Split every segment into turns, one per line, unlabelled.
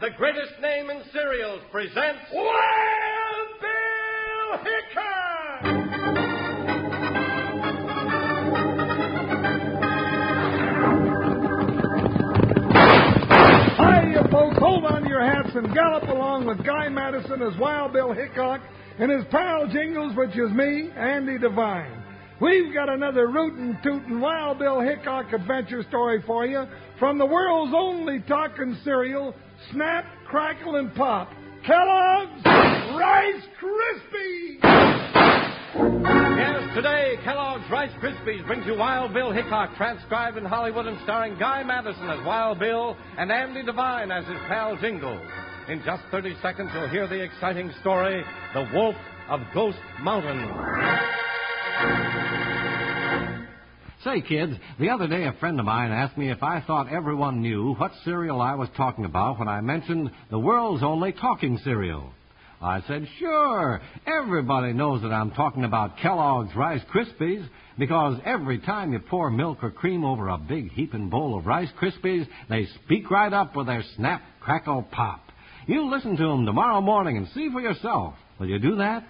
the greatest name in cereals, presents
Wild
Bill Hickok!
Hiya, folks. Hold on to your hats and gallop along with Guy Madison as Wild Bill Hickok and his pal Jingles, which is me, Andy Devine. We've got another rootin' tootin' Wild Bill Hickok adventure story for you from the world's only talking cereal, Snap, Crackle, and Pop, Kellogg's Rice Krispies.
Yes, today, Kellogg's Rice Krispies brings you Wild Bill Hickok, transcribed in Hollywood and starring Guy Madison as Wild Bill and Andy Devine as his pal Jingles. In just 30 seconds, you'll hear the exciting story, The Wolf of Ghost Mountain. Say, kids, the other day a friend of mine asked me if I thought everyone knew what cereal I was talking about when I mentioned the world's only talking cereal. I said, sure, everybody knows that I'm talking about Kellogg's Rice Krispies because every time you pour milk or cream over a big heaping bowl of Rice Krispies, they speak right up with their snap, crackle, pop. You listen to 'em tomorrow morning and see for yourself. Will you do that?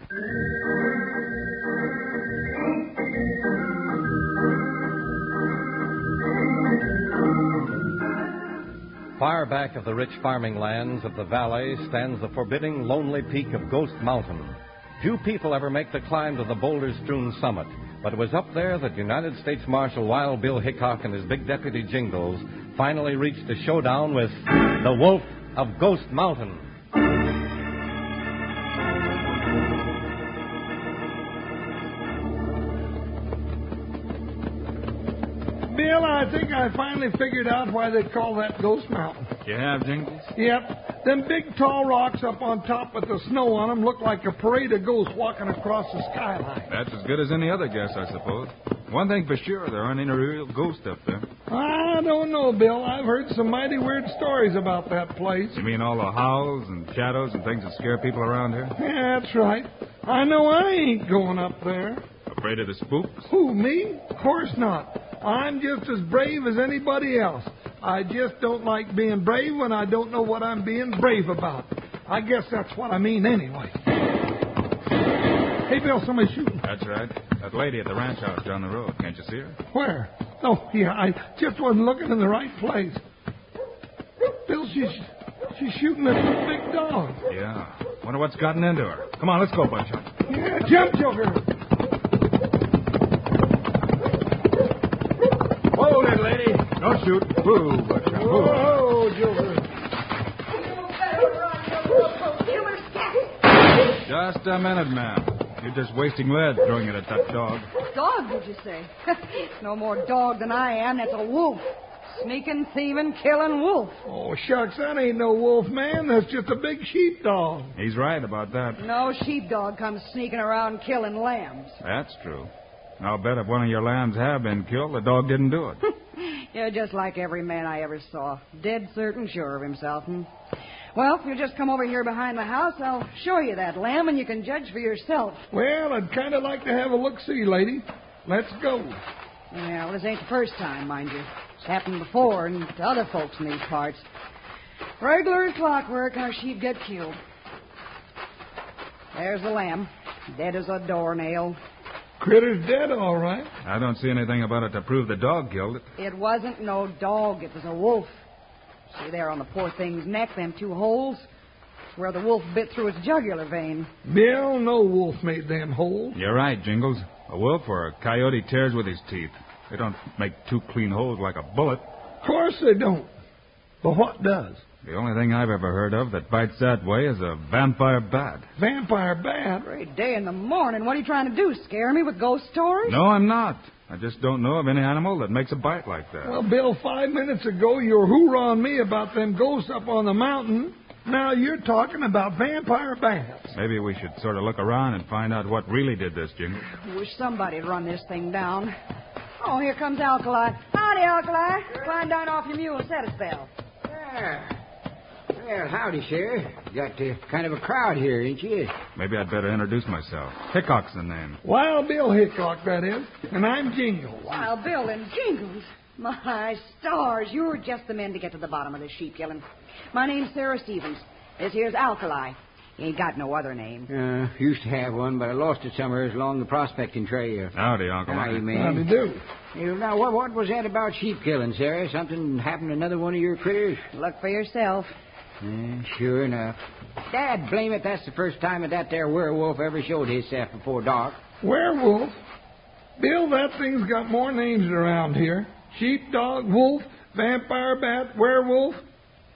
Far back of the rich farming lands of the valley stands the forbidding, lonely peak of Ghost Mountain. Few people ever make the climb to the boulder strewn summit, but it was up there that United States Marshal Wild Bill Hickok and his big deputy Jingles finally reached a showdown with the Wolf of Ghost Mountain.
Bill, I think I finally figured out why they call that Ghost Mountain.
You have, Jingles?
Yep. Them big tall rocks up on top with the snow on 'em look like a parade of ghosts walking across the skyline.
That's as good as any other guess, I suppose. One thing for sure, there aren't any real ghosts up there.
I don't know, Bill. I've heard some mighty weird stories about that place.
You mean all the howls and shadows and things that scare people around here?
Yeah, that's right. I know I ain't going up there.
Afraid of the spooks?
Who, me? Of course not. I'm just as brave as anybody else. I just don't like being brave when I don't know what I'm being brave about. I guess that's what I mean anyway. Hey, Bill, somebody's shooting.
That's right. That lady at the ranch house down the road. Can't you see her?
Where? Oh, yeah, I just wasn't looking in the right place. Bill, she's she's shooting at some big dog.
Yeah. Wonder what's gotten into her. Come on, let's go, Bunchot.
Yeah, jump, Joker.
Whoa there, lady. Don't shoot. Whoa, Buckshot. Whoa.
Whoa, Oh, Joker.
Just a minute, ma'am. You're just wasting lead throwing it at that dog.
Dog, did you say? no more dog than I am. That's a wolf. Sneaking, thieving, killing wolf.
Oh, shucks, that ain't no wolf, man. That's just a big sheep dog.
He's right about that.
No sheepdog comes sneaking around killing lambs.
That's true. I'll bet if one of your lambs have been killed, the dog didn't do it.
You're just like every man I ever saw. Dead certain sure of himself. Hmm? Well, if you just come over here behind the house, I'll show you that lamb and you can judge for yourself.
Well, I'd kind of like to have a look see, lady. Let's go.
Yeah, well, this ain't the first time, mind you. It's happened before and to other folks in these parts. Regular as clockwork, our sheep get killed. There's the lamb, dead as a doornail.
Critter's dead, all right.
I don't see anything about it to prove the dog killed it.
It wasn't no dog, it was a wolf. See there on the poor thing's neck, them two holes? It's where the wolf bit through its jugular vein.
Bill, no wolf made them holes.
You're right, Jingles. A wolf or a coyote tears with his teeth. They don't make two clean holes like a bullet.
Of course they don't. But what does?
The only thing I've ever heard of that bites that way is a vampire bat.
Vampire bat?
Great day in the morning. What are you trying to do? Scare me with ghost stories?
No, I'm not. I just don't know of any animal that makes a bite like that.
Well, Bill, five minutes ago you were hoorahing me about them ghosts up on the mountain. Now you're talking about vampire bats.
Maybe we should sort of look around and find out what really did this, Jingles.
Wish somebody'd run this thing down. Oh, here comes Alkali. Howdy, Alkali. Climb down off your mule and set a spell.
There. Well, howdy, sir. Got uh, kind of a crowd here, ain't you?
Maybe I'd better introduce myself. Hickok's the name.
Wild Bill Hickok, that is. And I'm Jingle.
Wild Bill and Jingles. My stars, you're just the men to get to the bottom of this sheep killing. My name's Sarah Stevens. This here's Alkali. You ain't got no other name.
Uh, used to have one, but I lost it somewhere along the prospecting trail.
Howdy, Uncle.
Howdy, man.
How'd you do?
You know, now, what, what was that about sheep killing, Sarah? Something happened to another one of your critters?
Look for yourself.
Yeah, sure enough. Dad, blame it, that's the first time that that there werewolf ever showed himself before dark.
Werewolf? Bill, that thing's got more names around here. Sheepdog, wolf, vampire bat, werewolf.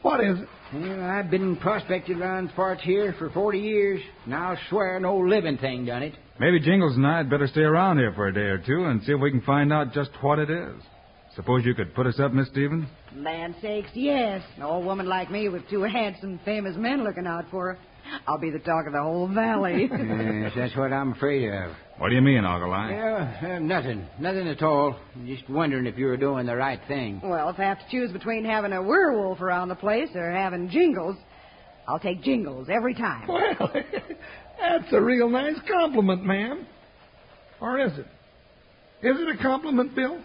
What is it?
Well, I've been prospecting around the parts here for 40 years, and I'll swear no living thing done it.
Maybe Jingles and I'd better stay around here for a day or two and see if we can find out just what it is. Suppose you could put us up, Miss Stevens?
Land sakes, yes. No woman like me with two handsome, famous men looking out for her. I'll be the talk of the whole valley.
yes, that's what I'm afraid of.
What do you mean, Alkaline?
Yeah, uh, nothing. Nothing at all. Just wondering if you were doing the right thing.
well, if I have to choose between having a werewolf around the place or having jingles, I'll take jingles every time.
Well, that's a real nice compliment, ma'am. Or is it? Is it a compliment, Bill?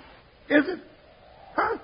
Is it? Huh?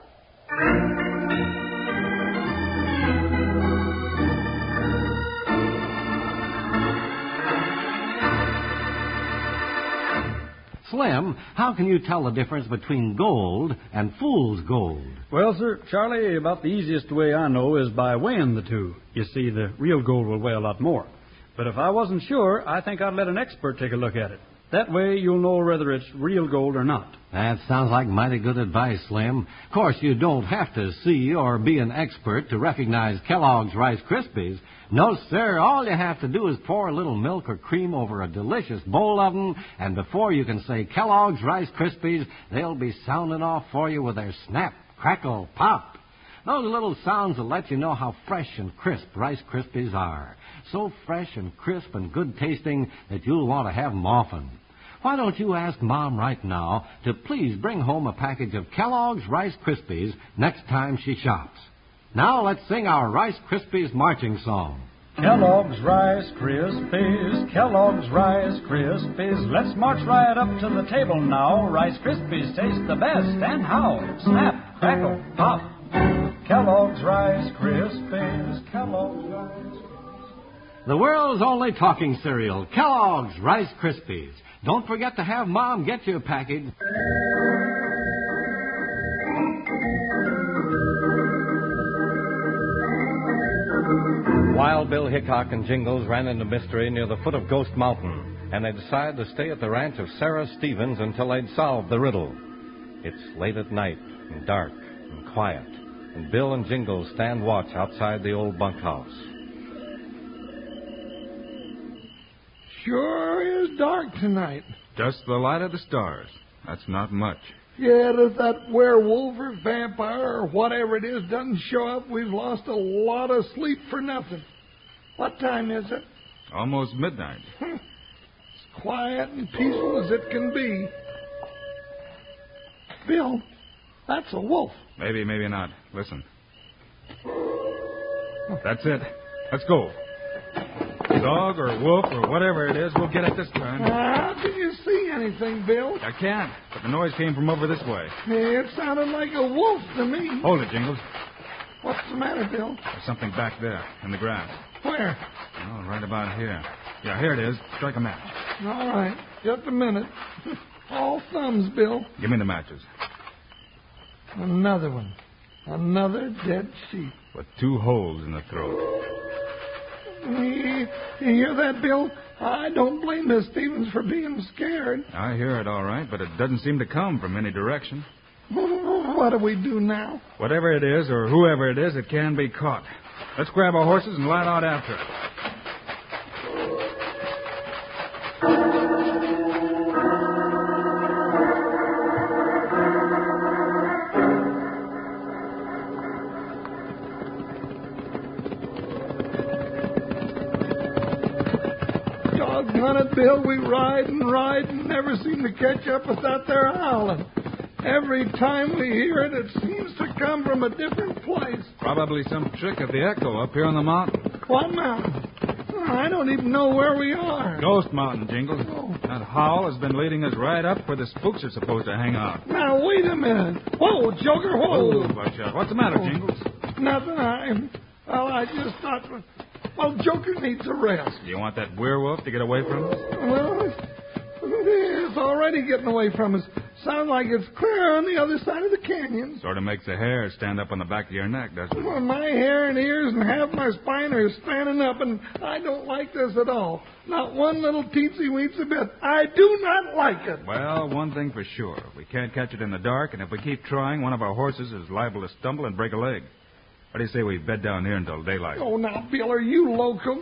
Slim, how can you tell the difference between gold and fool's gold?
Well, sir, Charlie, about the easiest way I know is by weighing the two. You see, the real gold will weigh a lot more. But if I wasn't sure, I think I'd let an expert take a look at it. That way, you'll know whether it's real gold or not.
That sounds like mighty good advice, Slim. Of course, you don't have to see or be an expert to recognize Kellogg's Rice Krispies. No, sir. All you have to do is pour a little milk or cream over a delicious bowl of 'em, and before you can say Kellogg's Rice Krispies, they'll be sounding off for you with their snap, crackle, pop. Those little sounds will let you know how fresh and crisp Rice Krispies are. So fresh and crisp and good tasting that you'll want to have 'em often. Why don't you ask Mom right now to please bring home a package of Kellogg's Rice Krispies next time she shops? Now let's sing our Rice Krispies marching song.
Kellogg's Rice Krispies, Kellogg's Rice Krispies. Let's march right up to the table now. Rice Krispies taste the best, and how? Snap, crackle, pop. Kellogg's Rice Krispies, Kellogg's Rice
The world's only talking cereal, Kellogg's Rice Krispies. Don't forget to have Mom get you a package. Wild Bill Hickok and Jingles ran into mystery near the foot of Ghost Mountain, and they decided to stay at the ranch of Sarah Stevens until they'd solved the riddle. It's late at night, and dark, and quiet, and Bill and Jingles stand watch outside the old bunkhouse.
Sure is dark tonight.
Just the light of the stars. That's not much.
Yeah, if that werewolf or vampire or whatever it is doesn't show up, we've lost a lot of sleep for nothing. What time is it?
Almost midnight.
It's quiet and peaceful as it can be. Bill, that's a wolf.
Maybe, maybe not. Listen. That's it. Let's go. Dog or wolf or whatever it is, we'll get it this time.
How can Ah, you see anything, Bill?
I can't, but the noise came from over this way.
Yeah, it sounded like a wolf to me.
Hold it, Jingles.
What's the matter, Bill?
There's something back there in the grass.
Where?
Oh, right about here. Yeah, here it is. Strike a match.
All right, just a minute. All thumbs, Bill.
Give me the matches.
Another one. Another dead sheep.
With two holes in the throat.
You hear that, Bill? I don't blame Miss Stevens for being scared.
I hear it all right, but it doesn't seem to come from any direction.
What do we do now?
Whatever it is, or whoever it is, it can be caught. Let's grab our horses and light out after it.
Doggone it, Bill. We ride and ride and never seem to catch up with that there howling. Every time we hear it, it seems to come from a different place.
Probably some trick of the echo up here on the mountain.
What mountain? I don't even know where we are.
Ghost Mountain, Jingles. That howl has been leading us right up where the spooks are supposed to hang out.
Now, wait a minute. Whoa, Joker,
Oh,
whoa.
watch out. What's the matter, Jingles?
Nothing. I. Well, I just thought. Well, Joker needs a rest.
Do you want that werewolf to get away from us?
Well, it's already getting away from us. Sounds like it's clear on the other side of the canyon.
Sort of makes the hair stand up on the back of your neck, doesn't it?
Well, my hair and ears and half my spine are standing up, and I don't like this at all. Not one little teensy weensy bit. I do not like it.
Well, one thing for sure. We can't catch it in the dark, and if we keep trying, one of our horses is liable to stumble and break a leg. What do you say we bed down here until daylight?
Oh, now, Bill, are you loco?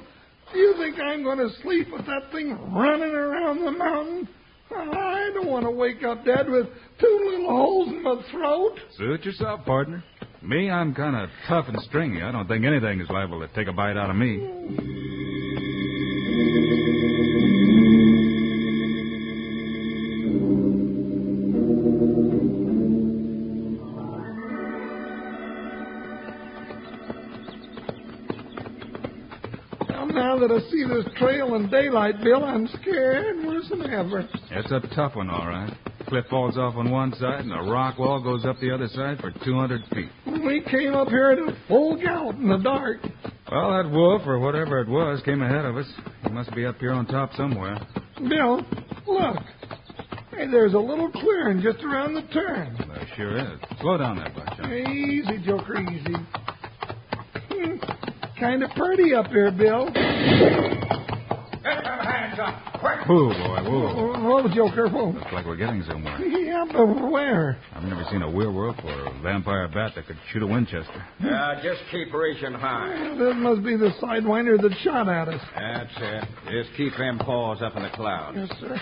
Do you think I'm going to sleep with that thing running around the mountain? I don't want to wake up dead with two little holes in my throat.
Suit yourself, partner. Me, I'm kind of tough and stringy. I don't think anything is liable to take a bite out of me.
Well, now that I see this trail in daylight, Bill, I'm scared worse than ever.
It's a tough one, all right. Cliff falls off on one side, and a rock wall goes up the other side for 200 feet.
We came up here at a full gallop in the dark.
Well, that wolf, or whatever it was, came ahead of us. He must be up here on top somewhere.
Bill, look. Hey, there's a little clearing just around the turn.
There sure is. Slow down there, Buckshot.
Easy, Joker, easy. Hmm, kind of pretty up here, Bill.
Whoa, boy, whoa.
Whoa, Joker, whoa.
Looks like we're getting somewhere.
Yeah, but where?
I've never seen a werewolf or a vampire bat that could shoot a Winchester.
Yeah, just keep reaching high.
That must be the sidewinder that shot at us.
That's it. Just keep them paws up in the clouds.
Yes, sir.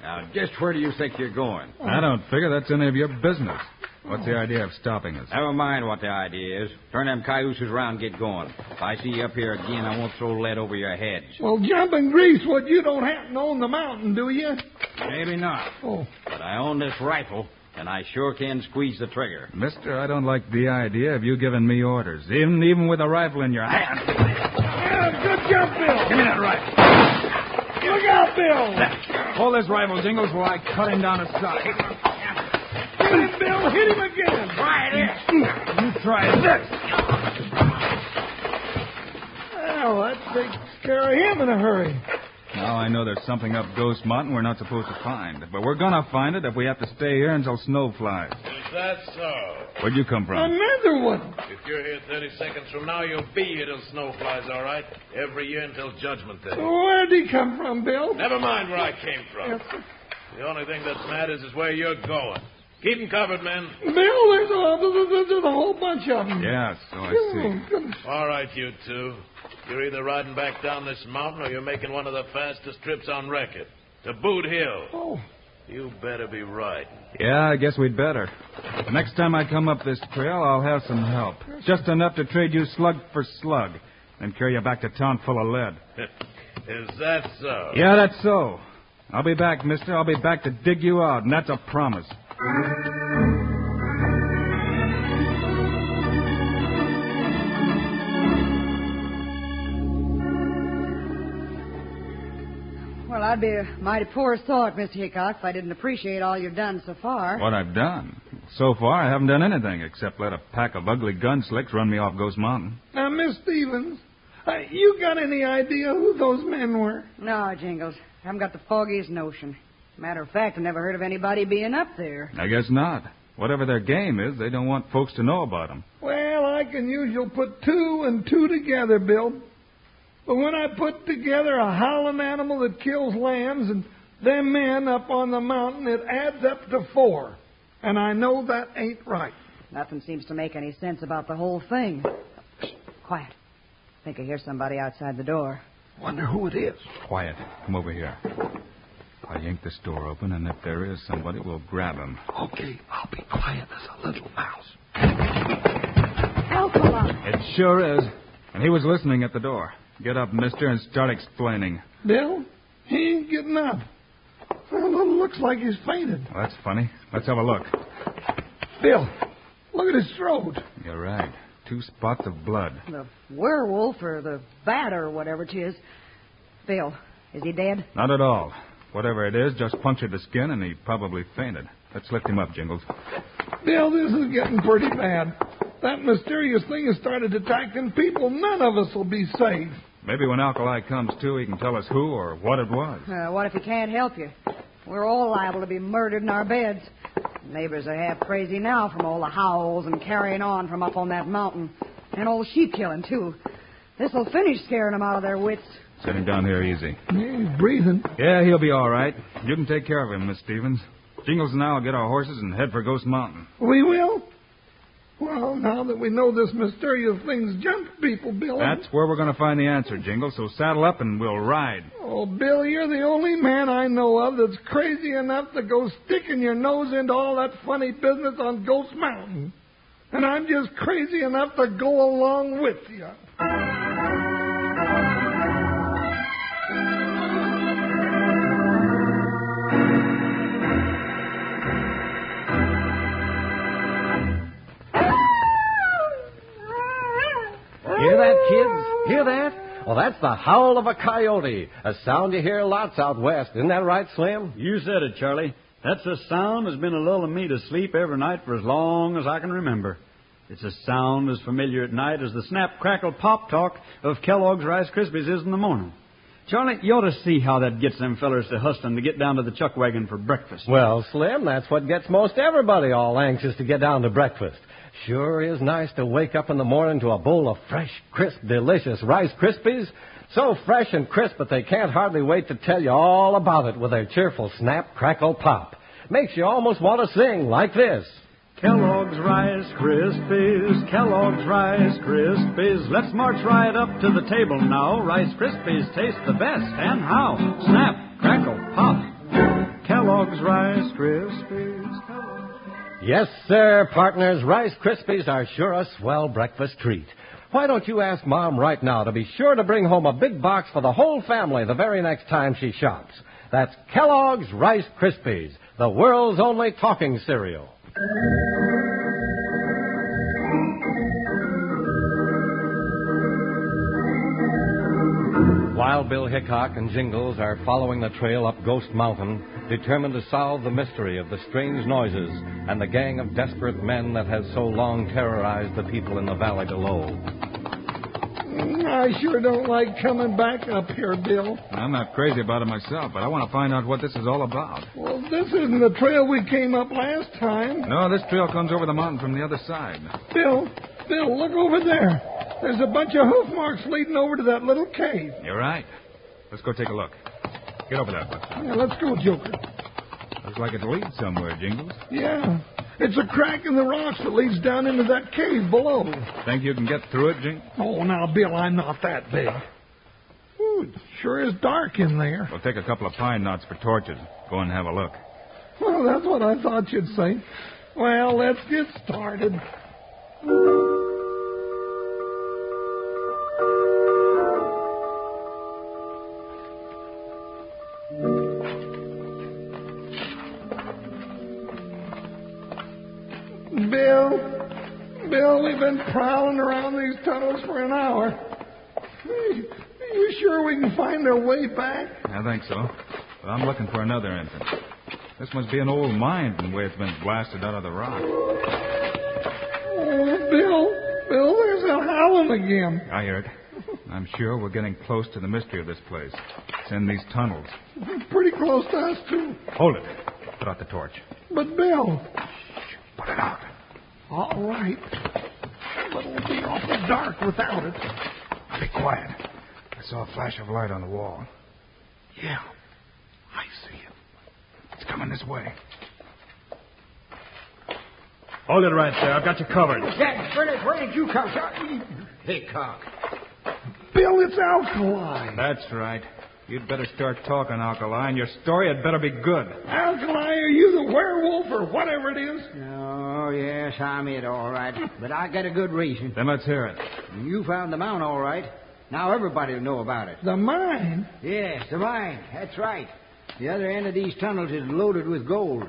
Now, just where do you think you're going?
I don't figure that's any of your business. What's the idea of stopping us?
Never mind what the idea is. Turn them cayuses around and get going. If I see you up here again, I won't throw lead over your heads.
Well, jump in grease, what you don't happen to own the mountain, do you?
Maybe not,
Oh,
but I own this rifle, and I sure can squeeze the trigger.
Mister, I don't like the idea of you giving me orders, even even with a rifle in your hand.
yeah, good jump, Bill.
Give me that rifle.
Look out, Bill.
Hold this rifle, Jingles, while I cut him down his side.
Hit him, Bill. Hit him again.
You try this.
Well, that takes care of him in a hurry.
Now I know there's something up Ghost Mountain we're not supposed to find, but we're gonna find it if we have to stay here until snow flies.
Is that so?
Where'd you come from?
Another one.
If you're here 30 seconds from now, you'll be here till snow flies, all right? Every year until Judgment Day.
Where'd he come from, Bill?
Never mind where I came from. The only thing that matters is where you're going. Keep 'em covered, men.
Bill, there's a, there's a- there's a whole bunch of them.
Yeah, so I
Oh,
see.
goodness.
All right, you two. You're either riding back down this mountain or you're making one of the fastest trips on record. To Boot Hill.
Oh,
You better be right.
Yeah, I guess we'd better. Next time I come up this trail, I'll have some help. Just enough to trade you slug for slug and carry you back to town full of lead.
Is that so?
Yeah, that's so. I'll be back, mister. I'll be back to dig you out, and that's a promise.
Well, I'd be a mighty poor sort, Mr. Hickok, if I didn't appreciate all you've done so far.
What I've done. So far, I haven't done anything except let a pack of ugly gunslicks run me off Ghost Mountain.
now, Miss Stevens, uh, you got any idea who those men were?
No, Jingles. I haven't got the foggiest notion. Matter of fact, I never heard of anybody being up there.
I guess not. Whatever their game is, they don't want folks to know about 'em.
Well, I can usually put two and two together, Bill. But when I put together a howling animal that kills lambs and them men up on the mountain, it adds up to four. And I know that ain't right.
Nothing seems to make any sense about the whole thing. Shh, quiet. I think I hear somebody outside the door.
Wonder who it is.
Quiet. Come over here. I'll yank this door open, and if there is somebody, we'll grab 'em.
Okay, I'll be quiet as a little mouse.
Alcala!
It sure is. And he was listening at the door. Get up, mister, and start explaining.
Bill, he ain't getting up. Well, it looks like he's fainted.
Well, that's funny. Let's have a look.
Bill, look at his throat.
You're right. two spots of blood.
The werewolf or the bat or whatever it is. Bill, is he dead?
Not at all. Whatever it is, just punctured the skin, and he probably fainted. Let's lift him up, Jingles.
Bill, this is getting pretty bad. That mysterious thing has started attacking people. None of us will be safe.
Maybe when Alkali comes to, he can tell us who or what it was.
Uh, what if he can't help you? We're all liable to be murdered in our beds. Neighbors are half crazy now from all the howls and carrying on from up on that mountain. And all the sheep killing, too. This'll finish scaring 'em out of their wits.
Set him down here easy.
Yeah, he's breathing.
Yeah, he'll be all right. You can take care of him, Miss Stevens. Jingles and I'll get our horses and head for Ghost Mountain.
We will? Well, now that we know this mysterious thing's jumped people, Bill.
That's where we're going to find the answer, Jingles. So saddle up and we'll ride.
Oh, Bill, you're the only man I know of that's crazy enough to go sticking your nose into all that funny business on Ghost Mountain. And I'm just crazy enough to go along with you.
Hear that, kids? Hear that? Well, that's the howl of a coyote, a sound you hear lots out west. Isn't that right, Slim?
You said it, Charlie. That's a sound that's been a lulling me to sleep every night for as long as I can remember. It's a sound as familiar at night as the snap, crackle, pop talk of Kellogg's Rice Krispies is in the morning. Charlie, you ought to see how that gets them fellers to hustling to get down to the chuck wagon for breakfast.
Well, Slim, that's what gets most everybody all anxious to get down to breakfast. Sure is nice to wake up in the morning to a bowl of fresh, crisp, delicious Rice Krispies. So fresh and crisp that they can't hardly wait to tell you all about it with their cheerful snap, crackle, pop. Makes you almost want to sing like this.
Kellogg's Rice Krispies, Kellogg's Rice Krispies. Let's march right up to the table now. Rice Krispies taste the best, and how? Snap, crackle, pop. Kellogg's Rice Krispies. Kellogg's-
Yes, sir, partners. Rice Krispies are sure a swell breakfast treat. Why don't you ask Mom right now to be sure to bring home a big box for the whole family the very next time she shops? That's Kellogg's Rice Krispies, the world's only talking cereal. Wild Bill Hickok and Jingles are following the trail up Ghost Mountain, determined to solve the mystery of the strange noises and the gang of desperate men that has so long terrorized the people in the valley below.
Mm, I sure don't like coming back up here, Bill.
I'm not crazy about it myself, but I want to find out what this is all about.
Well, this isn't the trail we came up last time.
No, this trail comes over the mountain from the other side.
Bill, Bill, look over there. There's a bunch of hoof marks leading over to that little cave.
You're right. Let's go take a look. Get over there. Buck.
Yeah, let's go, Joker.
Looks like it leads somewhere, Jingles.
Yeah. It's a crack in the rocks that leads down into that cave below.
Think you can get through it, Jing?
Oh, now, Bill, I'm not that big. Ooh, it sure is dark in there.
We'll take a couple of pine knots for torches. Go and have a look.
Well, that's what I thought you'd say. Well, let's get started. Bill, Bill, we've been prowling around these tunnels for an hour. Hey, are you sure we can find our way back?
I think so. But I'm looking for another entrance. This must be an old mine from the way it's been blasted out of the rock.
Oh, Bill, Bill, there's that howling again.
I hear it. I'm sure we're getting close to the mystery of this place. It's in these tunnels.
Pretty close to us, too.
Hold it. Put out the torch.
But, Bill,
Put it out.
all right. But it'll be awful dark without it.
Now be quiet. I saw a flash of light on the wall. Yeah, I see it. It's coming this way. Hold it right there. I've got you covered.
Dad, Bernard, where did you come from? Hickok.
Bill, it's alkaline.
That's right. You'd better start talking, Alkali, and your story had better be good.
Alkali, are you the werewolf or whatever it is?
Oh, yes, I'm it, all right. But I got a good reason.
Then let's hear it.
You found the mount, all right. Now everybody will know about it.
The mine.
Yes, the mine. That's right. The other end of these tunnels is loaded with gold.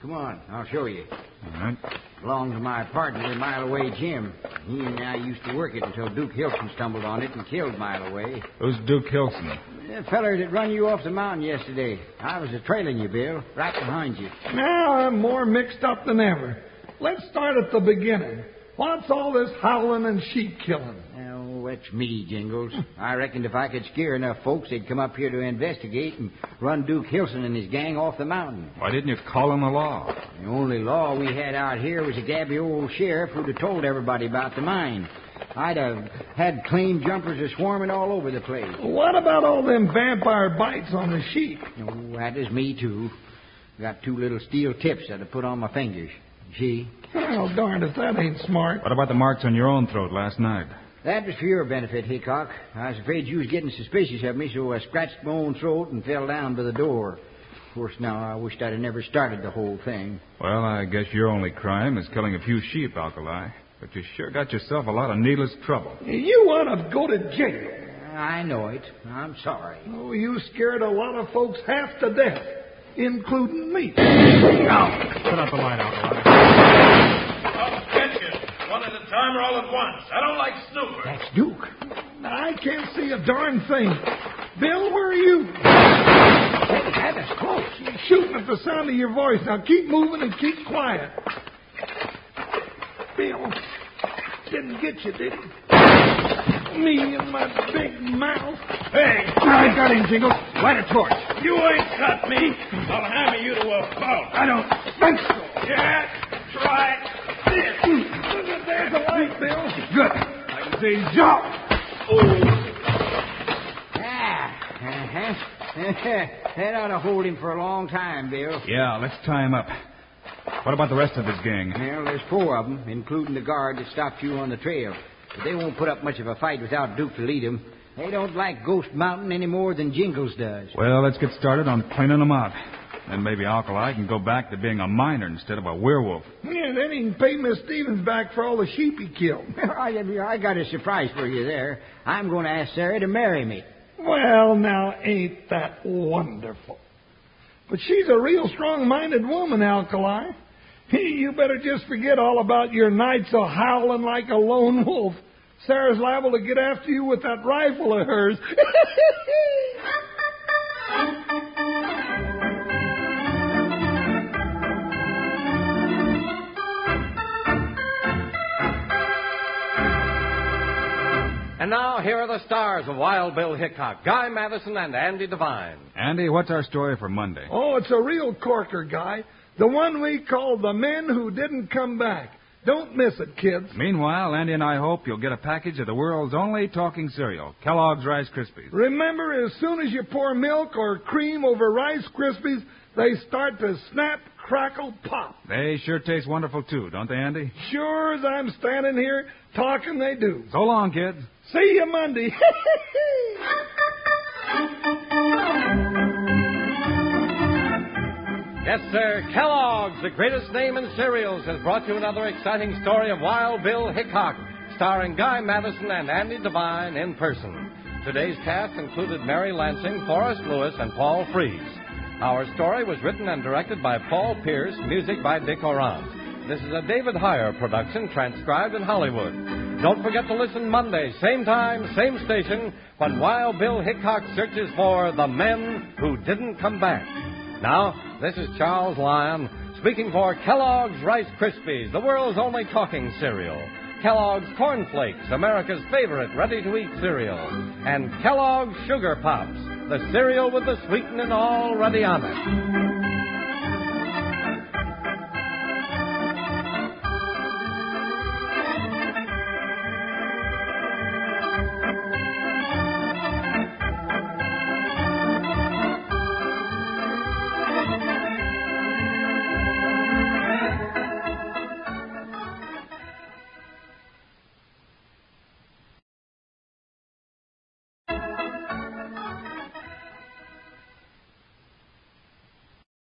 Come on, I'll show you.
All right.
Belonged to my partner, Mile Away Jim. He and I used to work it until Duke Hilton stumbled on it and killed Mile Away.
Who's Duke Hilson?
The feller that run you off the mountain yesterday. I was a trailing you, Bill, right behind you.
Now I'm more mixed up than ever. Let's start at the beginning. What's all this howling and sheep killing?
Oh, that's me, Jingles. I reckoned if I could scare enough folks, they'd come up here to investigate and run Duke Hilson and his gang off the mountain.
Why didn't you call on the law?
The only law we had out here was a gabby old sheriff who'd have told everybody about the mine. I'd have had claim jumpers a swarming all over the place.
What about all them vampire bites on the sheep?
Oh, that is me, too. Got two little steel tips that I put on my fingers. See?
Well, darned if that ain't smart.
What about the marks on your own throat last night?
That was for your benefit, Hickok. I was afraid you was getting suspicious of me, so I scratched my own throat and fell down by the door. Of course, now I wished I'd have never started the whole thing.
Well, I guess your only crime is killing a few sheep, Alkali. But you sure got yourself a lot of needless trouble.
You ought to go to jail.
I know it. I'm sorry.
Oh, you scared a lot of folks half to death, including me.
Put out the light, Alkali.
I'll get you. One at a time or all at once. I don't like snoopers.
That's Duke.
I can't see a darn thing. Bill, where are you?
That is close.
She's shooting at the sound of your voice. Now keep moving and keep quiet. Bill, didn't get you, did he? Me and my big mouth.
Hey,
I got him, Jingles. Light a torch.
you ain't got me. I'll hammer you to a pulp.
I don't think so.
Yeah, try this.
There's a light, Bill. Good. I can see job.
Ah, uh-huh. that ought to hold him for a long time, Bill.
Yeah, let's tie him up. What about the rest of his gang?
Well, there's four of 'em, including the guard that stopped you on the trail. But they won't put up much of a fight without Duke to lead 'em. They don't like Ghost Mountain any more than Jingles does.
Well, let's get started on cleaning them out. Then maybe Alkali can go back to being a miner instead of a werewolf.
Yeah, then he can pay Miss Stevens back for all the sheep he killed.
I, I got a surprise for you there. I'm going to ask Sarah to marry me.
Well, now, ain't that wonderful? But she's a real strong minded woman, Alkali. You better just forget all about your nights of howling like a lone wolf. Sarah's liable to get after you with that rifle of hers.
And now, here are the stars of Wild Bill Hickok, Guy Madison, and Andy Devine.
Andy, what's our story for Monday?
oh, it's a real corker, guy. The one we called The Men Who Didn't Come Back. Don't miss it, kids.
Meanwhile, Andy and I hope you'll get a package of the world's only talking cereal, Kellogg's Rice Krispies.
Remember, as soon as you pour milk or cream over Rice Krispies, they start to snap, crackle, pop.
They sure taste wonderful, too, don't they, Andy?
Sure as I'm standing here talking, they do.
So long, kids.
See you Monday.
Yes, sir. Kellogg's, the greatest name in cereals, has brought you another exciting story of Wild Bill Hickok, starring Guy Madison and Andy Devine in person. Today's cast included Mary Lansing, Forrest Lewis, and Paul Fries. Our story was written and directed by Paul Pierce, music by Dick Oran. This is a David Heyer production, transcribed in Hollywood. Don't forget to listen Monday, same time, same station, when Wild Bill Hickok searches for the men who didn't come back. Now, this is Charles Lyon speaking for Kellogg's Rice Krispies, the world's only talking cereal. Kellogg's Corn Flakes, America's favorite ready to eat cereal. And Kellogg's Sugar Pops, the cereal with the sweetening already on it.